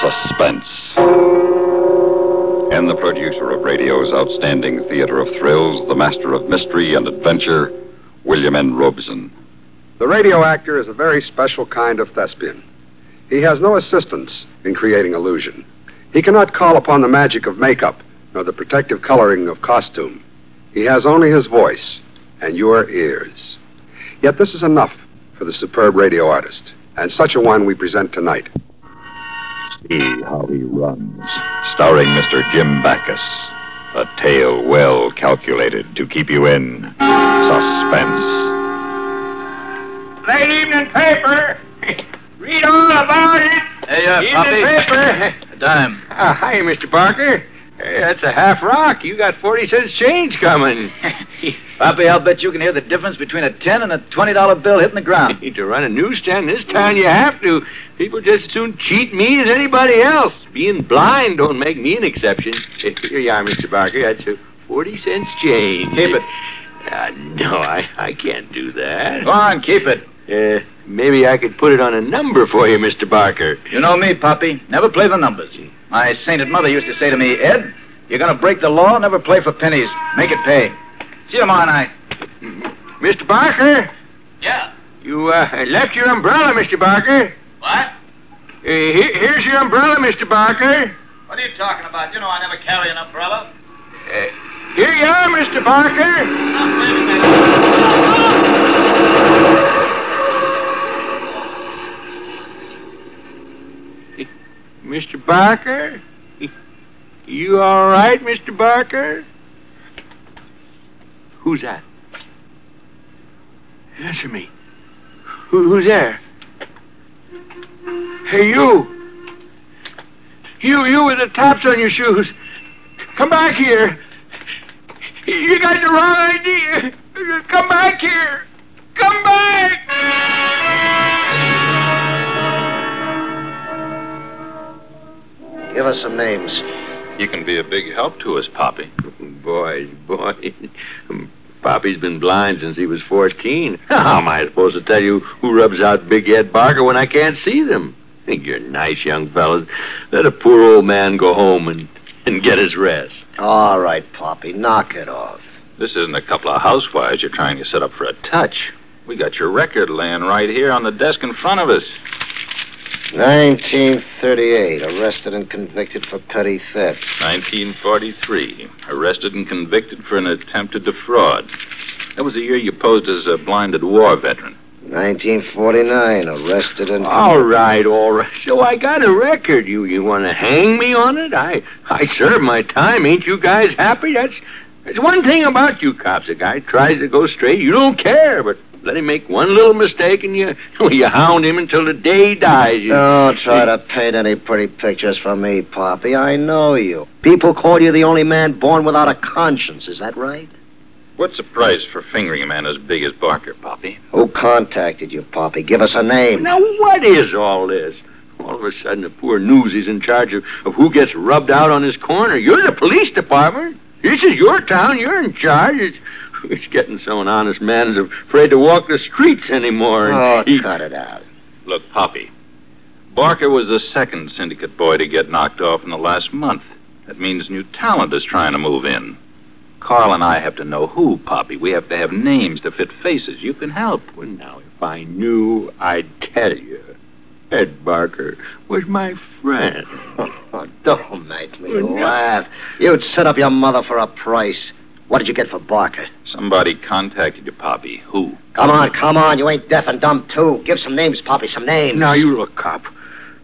Suspense. And the producer of radio's outstanding theater of thrills, the master of mystery and adventure, William N. Robeson. The radio actor is a very special kind of thespian. He has no assistance in creating illusion. He cannot call upon the magic of makeup nor the protective coloring of costume. He has only his voice and your ears. Yet this is enough for the superb radio artist, and such a one we present tonight. See How He Runs, starring Mr. Jim Backus. A tale well calculated to keep you in suspense. Late evening paper. Read all about it. Hey, uh, evening Poppy. paper. A dime. Ah, hi, Mr. Barker. Hey, that's a half rock. You got 40 cents change coming. Poppy, I'll bet you can hear the difference between a ten and a twenty dollar bill hitting the ground. to run a newsstand in this town, you have to. People just as soon cheat me as anybody else. Being blind don't make me an exception. Here you are, Mr. Barker. That's a 40 cents change. Keep it. Uh, no, I, I can't do that. Go on, keep it. Uh, maybe I could put it on a number for you, Mr. Barker. You know me, Poppy. Never play the numbers. My sainted mother used to say to me, Ed, you're going to break the law, never play for pennies. Make it pay. See you tomorrow night. Mr. Barker? Yeah. You uh, left your umbrella, Mr. Barker. What? Uh, here, here's your umbrella, Mr. Barker. What are you talking about? You know I never carry an umbrella. Uh, here you are, Mr. Barker. Mr. Barker? You all right, Mr. Barker? Who's that? Answer me. Who, who's there? Hey, you. You, you with the tops on your shoes. Come back here. You got the wrong idea. Come back here. Come back. Give us some names. You can be a big help to us, Poppy. Boy, boy. Poppy's been blind since he was 14. How am I supposed to tell you who rubs out Big Ed Barker when I can't see them? You're nice young fellas. Let a poor old man go home and, and get his rest. All right, Poppy, knock it off. This isn't a couple of housewives you're trying to set up for a touch. We got your record laying right here on the desk in front of us. 1938, arrested and convicted for petty theft. 1943. Arrested and convicted for an attempt to defraud. That was the year you posed as a blinded war veteran. 1949, arrested and. All right, all right. So I got a record. You you want to hang me on it? I I serve my time. Ain't you guys happy? That's that's one thing about you cops. A guy tries to go straight, you don't care, but let him make one little mistake, and you you hound him until the day he dies. You, Don't try to paint any pretty pictures for me, Poppy. I know you. People call you the only man born without a conscience. Is that right? What's the price for fingering a man as big as Barker, Poppy? Who contacted you, Poppy? Give us a name. Now what is all this? All of a sudden, the poor newsie's in charge of, of who gets rubbed out on his corner. You're the police department. This is your town. You're in charge. It's, it's getting so an honest man is afraid to walk the streets anymore. Oh, And he- cut it out. Look, Poppy. Barker was the second syndicate boy to get knocked off in the last month. That means new talent is trying to move in. Carl and I have to know who, Poppy. We have to have names to fit faces. You can help. Well, now, if I knew, I'd tell you. Ed Barker was my friend. Oh, don't make me laugh. You'd set up your mother for a price. What did you get for Barker? Somebody contacted you, Poppy. Who? Come on, come on. You ain't deaf and dumb, too. Give some names, Poppy, some names. Now, you look, cop.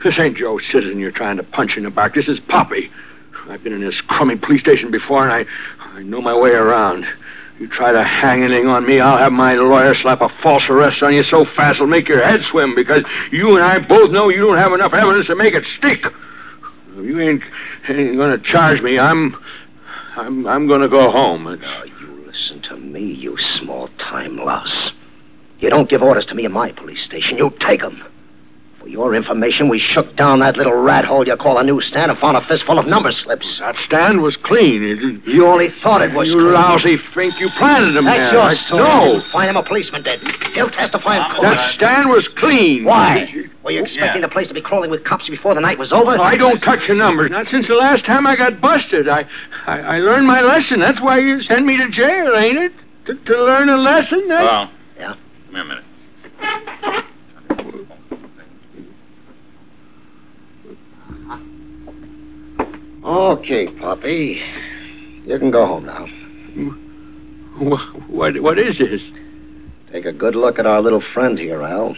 This ain't Joe Citizen you're trying to punch in the back. This is Poppy. I've been in this crummy police station before, and I, I know my way around. You try to hang anything on me, I'll have my lawyer slap a false arrest on you so fast it'll make your head swim because you and I both know you don't have enough evidence to make it stick. If you ain't, ain't gonna charge me, I'm, I'm, I'm gonna go home. Now, you listen to me, you small time louse. You don't give orders to me in my police station. You take 'em. For your information, we shook down that little rat hole you call a newsstand and found a fistful of number slips. That stand was clean. It- You only thought it was. you clean. lousy fink. You planted them That's there. your I- story. No. Find him a policeman, did. He'll testify in court. That stand was clean. Why? Were you expecting Yeah. the place to be crawling with cops before the night was over? Oh, I don't touch the numbers. Not since the last time I got busted. I, I, I learned my lesson. That's why you send me to jail, ain't it? To, to learn a lesson? That's- Well, Yeah? come here a minute. Okay, Poppy. You can go home now. Wh- What, what is this? Take a good look at our little friend here, Al.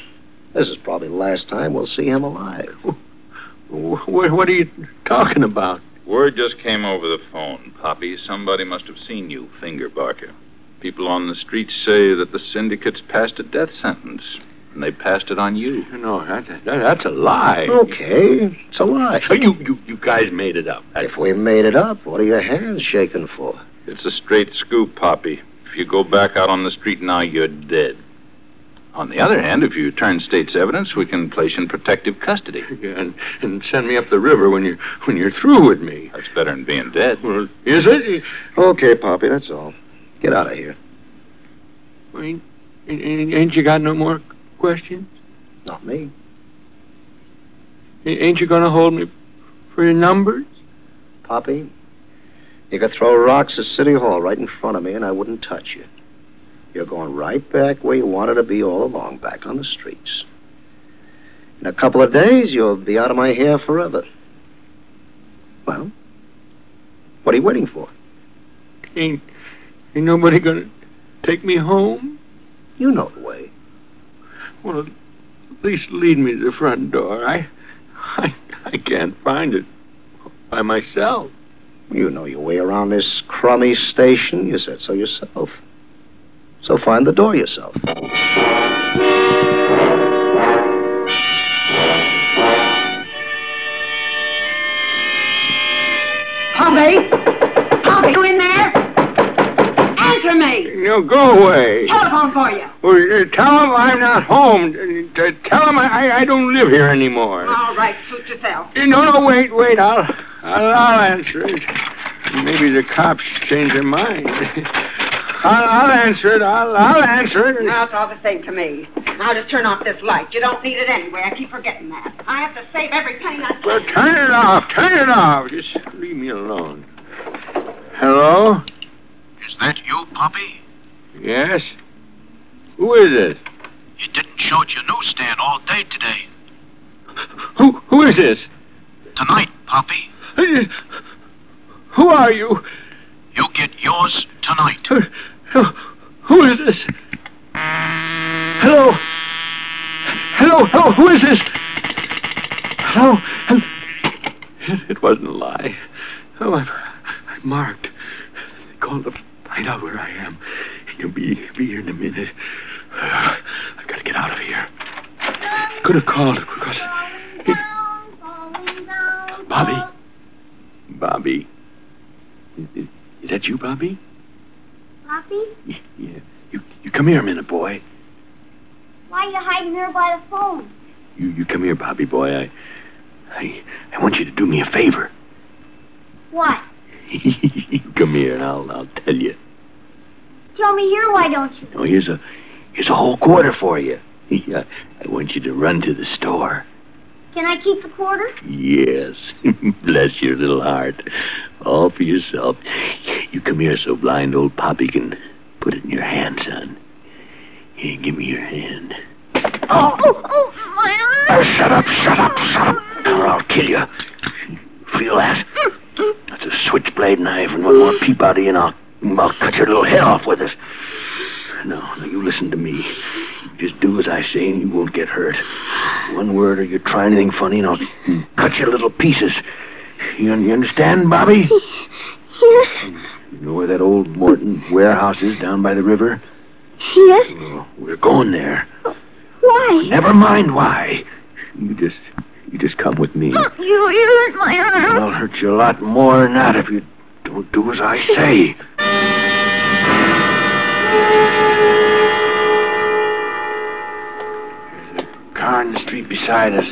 This is probably the last time we'll see him alive. Wh- What, what are you talking about? Word just came over the phone, Poppy. Somebody must have seen you finger Barker. People on the street say that the syndicate's passed a death sentence, and they passed it on you. No, that, that, that's a lie. Oh. Okay, it's a lie. You, you, you guys made it up. If we made it up, what are your hands shaking for? It's a straight scoop, Poppy. If you go back out on the street now, you're dead. On the other hand, if you turn state's evidence, we can place you in protective custody. and, and send me up the river when you when you're through with me. That's better than being dead. Well, is it? Okay, Poppy, that's all. Get out of here. I mean, ain't, ain't you got no more questions? Not me. Ain't you gonna hold me for your numbers? Poppy, you could throw rocks at City Hall right in front of me, and I wouldn't touch you. You're going right back where you wanted to be all along, back on the streets. In a couple of days, you'll be out of my hair forever. Well, what are you waiting for? Ain't ain't nobody gonna take me home? You know the way. Well, at least lead me to the front door. I I I can't find it by myself. You know your way around this crummy station. You said so yourself. So find the door yourself. Poppy? Poppy, you in there? Answer me. No, go away. Telephone for you. Well, uh, tell him I'm not home. Uh, uh, Tell him I, I don't live here anymore. All right, suit yourself. Uh, No, no, wait, wait. I'll, I'll, I'll answer it. Maybe the cops change their mind. I'll, I'll answer it. I'll, I'll answer it. Now it's all the same to me. Now just turn off this light. You don't need it anyway. I keep forgetting that. I have to save every penny I Well, can. turn it off. Turn it off. Just leave me alone. Hello? Is that you, Poppy? Yes? Who is it? You didn't show at your newsstand all day today. Who, who is this? Tonight, Poppy, Who are you? you get yours tonight. Who is this? Hello? Hello, hello, who is this? Hello? Hel- It wasn't a lie. Oh, I'm, I'm marked. They called to find out where I am. You'll be, be here in a minute. I've got to get out of here. Could have called, of course. Bobby? Bobby? Is, is- is that you, Bobby? Poppy, Yeah, yeah. You, you come here a minute, boy. why are you hiding here by the phone? You, you come here, Bobby boy. I, I, I want you to do me a favor. What? you come here, and I'll, I'll tell you. Tell me here, why don't you? Oh, here's a, here's a whole quarter for you. Yeah, I want you to run to the store. Can I keep the quarter? Yes, bless your little heart. All for yourself. You come here so blind old Poppy can put it in your hand, son. Here, give me your hand. Oh, oh, oh my Now, arm! shut up, shut up, shut up, Hmm. or I'll kill you. Feel that? That's a switchblade knife, and one more peep out of you, and I'll, I'll cut your little head off with it. No, no, you listen to me. Just do as I say, and you won't get hurt. One word, or you try anything funny, and I'll cut you to little pieces. You, you understand, Bobby? Yes, You know where that old Morton warehouse is down by the river? yes. Well, we're going there. Why? Never mind why. You just, you just come with me. You, you uh, hurt my arm. I'll hurt you a lot more than that if you don't do as I say. There's a car in the street beside us,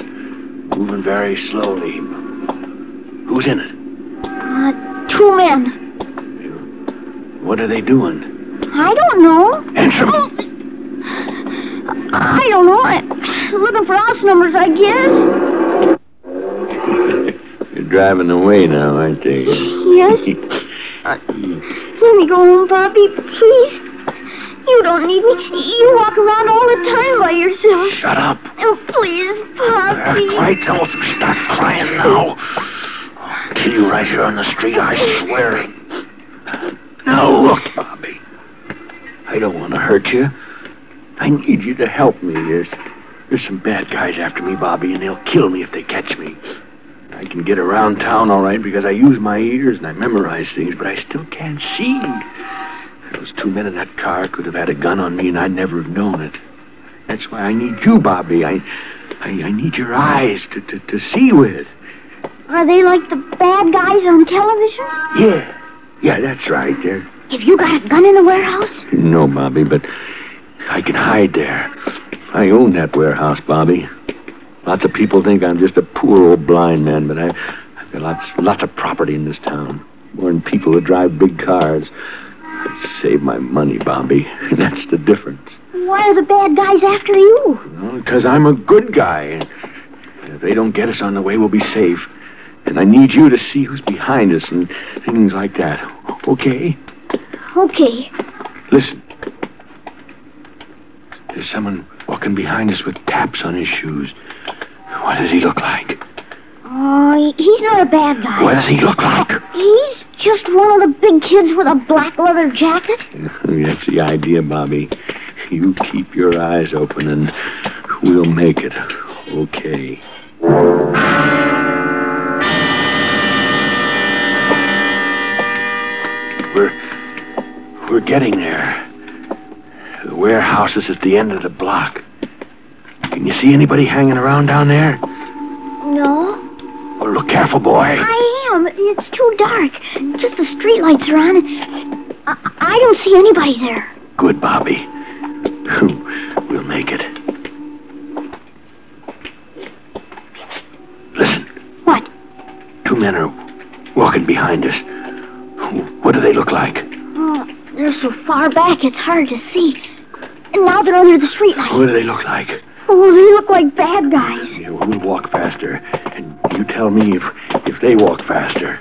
moving very slowly. Who's in it? Uh, two men. What are they doing? I don't know. Answer me! I don't know. I, look looking for house numbers, I guess. You're driving away now, aren't you? Yes. Let me go home, Poppy, please. You don't need me. You walk around all the time by yourself. Shut up. Oh, please, Poppy. I tell them stop crying now. I'll kill you right here on the street, I swear. Now, look, Bobby. I don't want to hurt you. I need you to help me. There's, there's some bad guys after me, Bobby, and they'll kill me if they catch me. I can get around town all right because I use my ears and I memorize things, but I still can't see. Those two men in that car could have had a gun on me and I'd never have known it. That's why I need you, Bobby. I, I, I need your eyes to, to, to see with. Are they like the bad guys on television? Yeah. Yeah, that's right. There. Have you got a gun in the warehouse? No, Bobby, but I can hide there. I own that warehouse, Bobby. Lots of people think I'm just a poor old blind man, but I, I've got lots, lots of property in this town. More than people who drive big cars. I save my money, Bobby. That's the difference. Why are the bad guys after you? Because I'm a good guy. And if they don't get us on the way, we'll be safe. And I need you to see who's behind us and things like that. Okay? Okay. Listen. There's someone walking behind us with taps on his shoes. What does he look like? Oh, he- he's not a bad guy. What does he look like? He's just one of the big kids with a black leather jacket. That's the idea, Bobby. You keep your eyes open and we'll make it. Okay. We're we're getting there. The warehouse is at the end of the block. Can you see anybody hanging around down there? No, Oh, look careful, boy. I am. It's too dark. Just the streetlights are on. I, I don't see anybody there. Good, Bobby. We'll make it. Listen, What? two men are walking behind us. What do they look like? Oh, they're so far back it's hard to see. And now they're under the streetlight. What do they look like? Oh, they look like bad guys. Yeah, we'll walk faster, and you tell me if if they walk faster.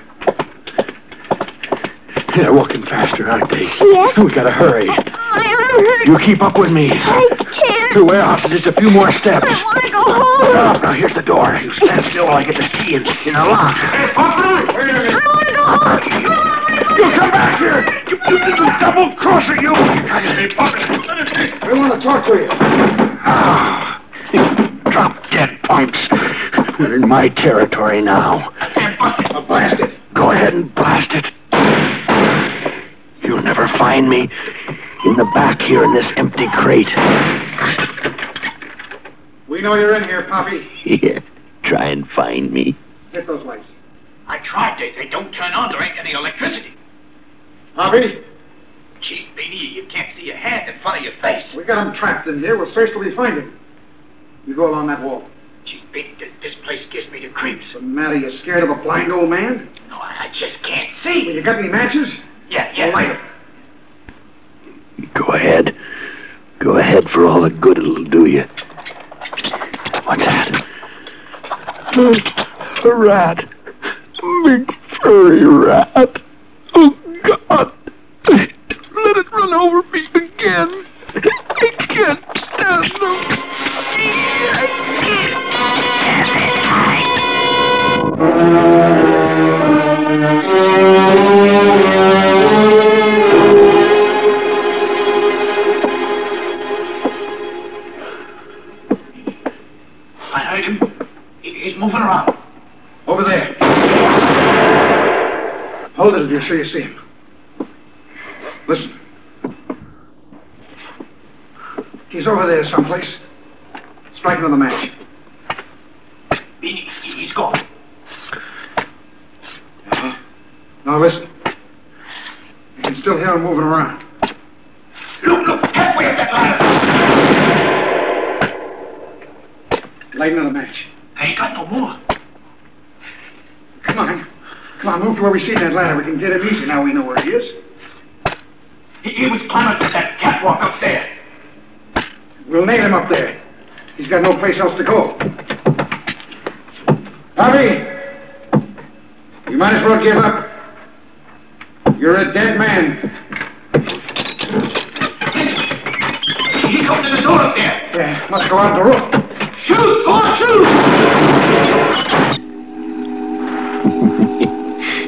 They're walking faster, aren't they? Yes. We gotta hurry. Oh, I, I'm hurt. You keep up with me. I can't. The warehouse is just a few more steps. I want to go home. Stop. Now, here's the door. You stand still while I get the key in, in the lock. Hey, I want to go home. You come back here! You, you little double crosser, you! I want to talk to you. Ah, drop dead punks. We're in my territory now. Blast it. Go ahead and blast it. You'll never find me in the back here in this empty crate. We know you're in here, Poppy. Yeah, try and find me. Hit those lights. I tried, Dave. They don't turn on. There ain't any electricity. Poppy, Gee, Beanie, you can't see your hand in front of your face. Oh, we got him trapped in here. We'll search till we find him. You go along that wall. Gee, Beanie, this, this place gives me the creeps. What's the matter? You scared of a blind old man? No, I, I just can't Well, see. You got any matches? Yeah, yeah. Light 'em. Go ahead. Go ahead for all the good it'll do you. What's that? Hmm, A rat. A big furry rat. Oh, God. Let it run over me again. I can't stand them. I heard him. He, he's moving around. Over there. Hold it if you're sure you see him. Listen. He's over there someplace. Strike another match. Beanie, he, he's gone. Uh-huh. Now listen. You can still hear him moving around. Look, look, halfway up that ladder. Light another match. I ain't got no more. Come on. Come on, move to where we see that ladder. We can get him easy now we know where he is. He, he was climbing up that catwalk up there. We'll nail him up there. He's got no place else to go. Poppy! You might as well give up. You're a dead man. He opened the door up there. Yeah, must go out the roof. Shoot! Go on, shoot!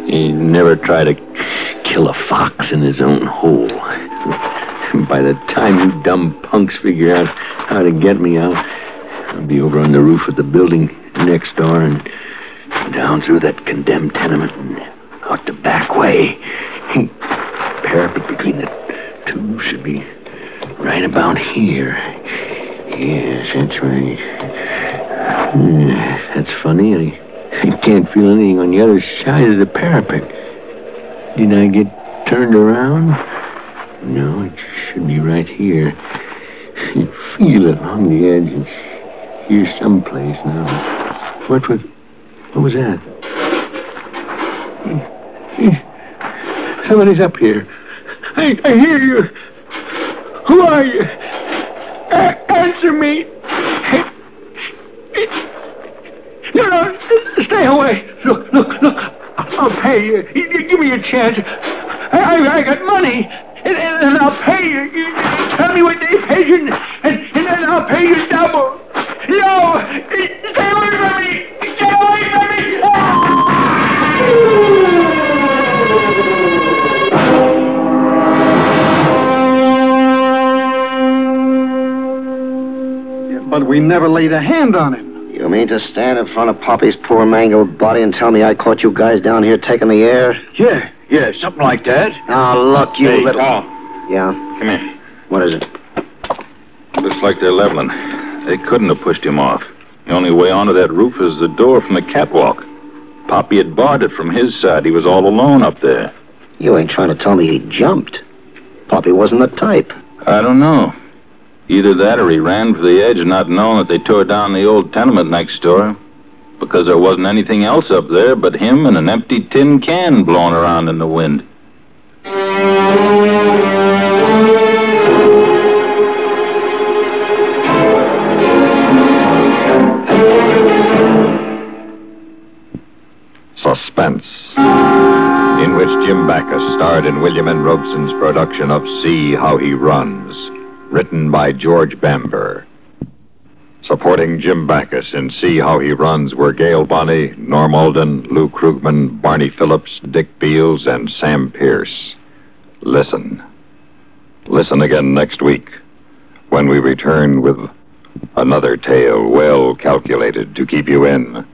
He never tried to kill a fox in his own hole. By the time you dumb punks figure out how to get me out, I'll be over on the roof of the building next door and down through that condemned tenement and out the back way. Parapet between the two should be right about here. Yes, that's right. Hmm, That's funny. I I can't feel anything on the other side of the parapet. Did I get turned around? No, it should be right here. You feel it along the edge. It's here someplace now. What was... What was that? Eh, Somebody's up here. I, I hear you. Who are you? A- answer me. No, no, stay away. Look, look, look. I'll pay you. You- you Give me a chance. I, I, I got money, and, and, and I'll pay you. You- you Tell me what they paid you, and, and, and then I'll pay you double. No, stay away from me. Get away from me. But we never laid a hand on him. You mean to stand in front of Poppy's poor mangled body and tell me I caught you guys down here taking the air? Yeah, yeah, something like that. Now look, you hey, little. Tom, Yeah. come here. What is it? Looks like they're leveling. They couldn't have pushed him off. The only way onto that roof is the door from the catwalk. Poppy had barred it from his side. He was all alone up there. You ain't trying to tell me he jumped. Poppy wasn't the type. I don't know. Either that or he ran for the edge not knowing that they tore down the old tenement next door. Because there wasn't anything else up there but him and an empty tin can blowing around in the wind. Suspense, in which Jim Backus starred in William N. Robeson's production of See How He Runs, written by George Bamber. Supporting Jim Backus in See How He Runs were Gail Bonney, Norm Alden, Lou Krugman, Barney Phillips, Dick Beals, and Sam Pierce. Listen. Listen again next week when we return with another tale well calculated to keep you in.